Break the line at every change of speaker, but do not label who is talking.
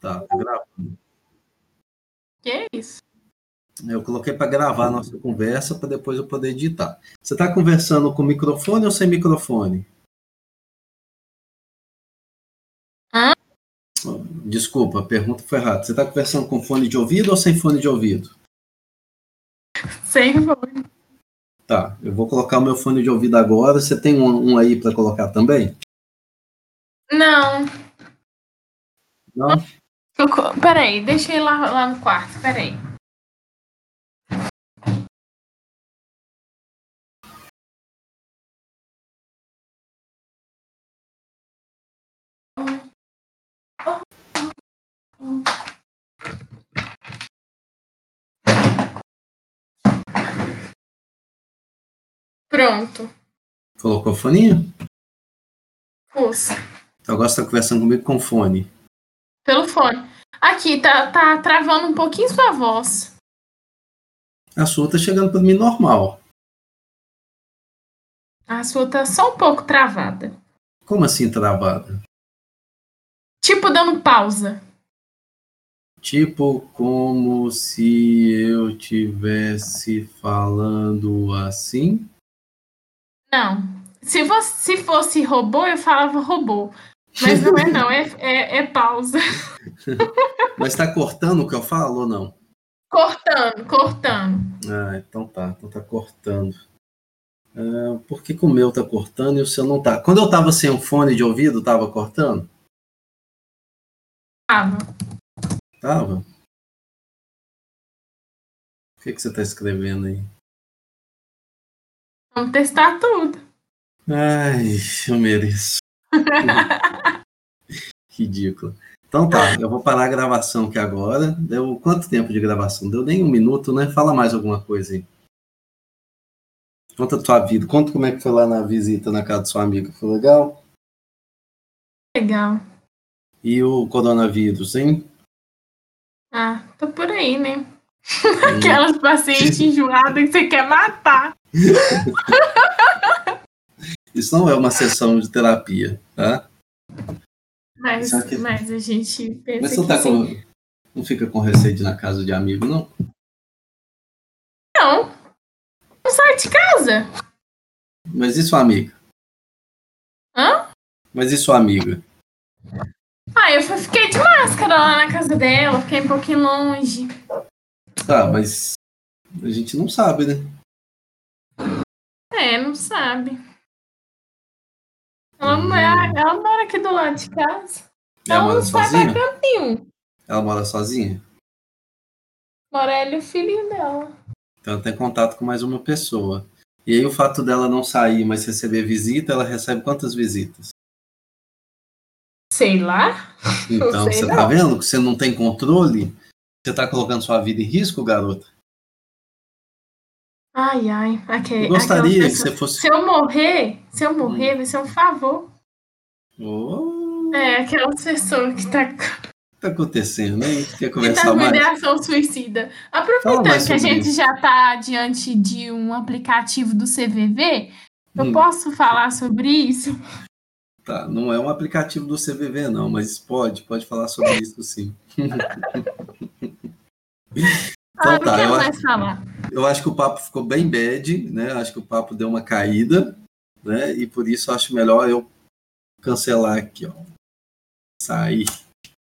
Tá, tá gravando.
Que é isso?
Eu coloquei para gravar a nossa conversa para depois eu poder editar. Você está conversando com microfone ou sem microfone?
Hã?
Desculpa, a pergunta foi errada. Você está conversando com fone de ouvido ou sem fone de ouvido?
Sem fone.
Tá, eu vou colocar o meu fone de ouvido agora. Você tem um, um aí para colocar também?
Não.
Não?
Eu co- peraí, deixei lá, lá no quarto, peraí. Pronto,
Colocou o foninho?
pus.
Então agora você está conversando comigo com fone.
Pelo fone. Aqui, tá, tá travando um pouquinho sua voz.
A sua tá chegando para mim normal.
A sua tá só um pouco travada.
Como assim travada?
Tipo dando pausa.
Tipo como se eu tivesse falando assim?
Não. Se, você, se fosse robô, eu falava robô. Mas não é não, é, é, é pausa.
Mas está cortando o que eu falo ou não?
Cortando, cortando.
Ah, então tá, então tá cortando. Ah, por que, que o meu tá cortando e o seu não tá? Quando eu tava sem o fone de ouvido, tava cortando?
Tava.
Tava? O que, que você tá escrevendo aí?
Vamos testar tudo.
Ai, eu mereço. Ridículo. Então tá, eu vou parar a gravação aqui agora. Deu quanto tempo de gravação? Deu nem um minuto, né? Fala mais alguma coisa aí. Conta a tua vida. Conta como é que foi lá na visita na casa do seu amigo. Foi legal?
Legal.
E o coronavírus, hein?
Ah, tô por aí, né? Aquelas pacientes enjoadas que você quer matar.
Isso não é uma sessão de terapia, tá?
Mas,
Só que-
mas a gente pensa
Mas você
que
não, tá
sim.
com... não fica com receio de ir na casa de amigo, não?
Não. Não sai de casa.
Mas e sua amiga?
Hã?
Mas e sua amiga?
Ah, eu fui- fiquei de máscara lá na casa dela, fiquei um pouquinho longe.
Tá, mas a gente não sabe, né?
É, não sabe. Ela, não é- ela mora aqui do lado de casa.
Ela
Ela
mora
não sai
sozinha?
pra canto nenhum.
Ela mora sozinha?
Mora ela e é o filhinho dela.
Então ela tem contato com mais uma pessoa. E aí o fato dela não sair, mas receber visita, ela recebe quantas visitas?
Sei lá.
Então,
sei
você
não.
tá vendo que você não tem controle? Você tá colocando sua vida em risco, garota?
Ai, ai. Aque,
Eu gostaria
É, aquela
que
pessoa-
você fosse.
Se eu morrer, se eu morrer, vai ser um favor.
Ô,
É, aquela pessoa que tá
o que tá acontecendo, hein? Quer
que
conversar
tá com
mais?
ideação suicida.
Fala mais
Aproveitando que a
sobre
gente
isso.
já tá diante de um aplicativo do CVV, eu
Hum.
posso falar sobre isso?
Tá, não é um aplicativo do CVV, não, mas pode, pode falar sobre isso sim.
ah,
Então
não
tá,
quero
eu
mais falar.
Eu acho que o papo ficou bem bad, né? Acho que o papo deu uma caída, né? E por isso eu acho melhor eu cancelar aqui, ó. Sair.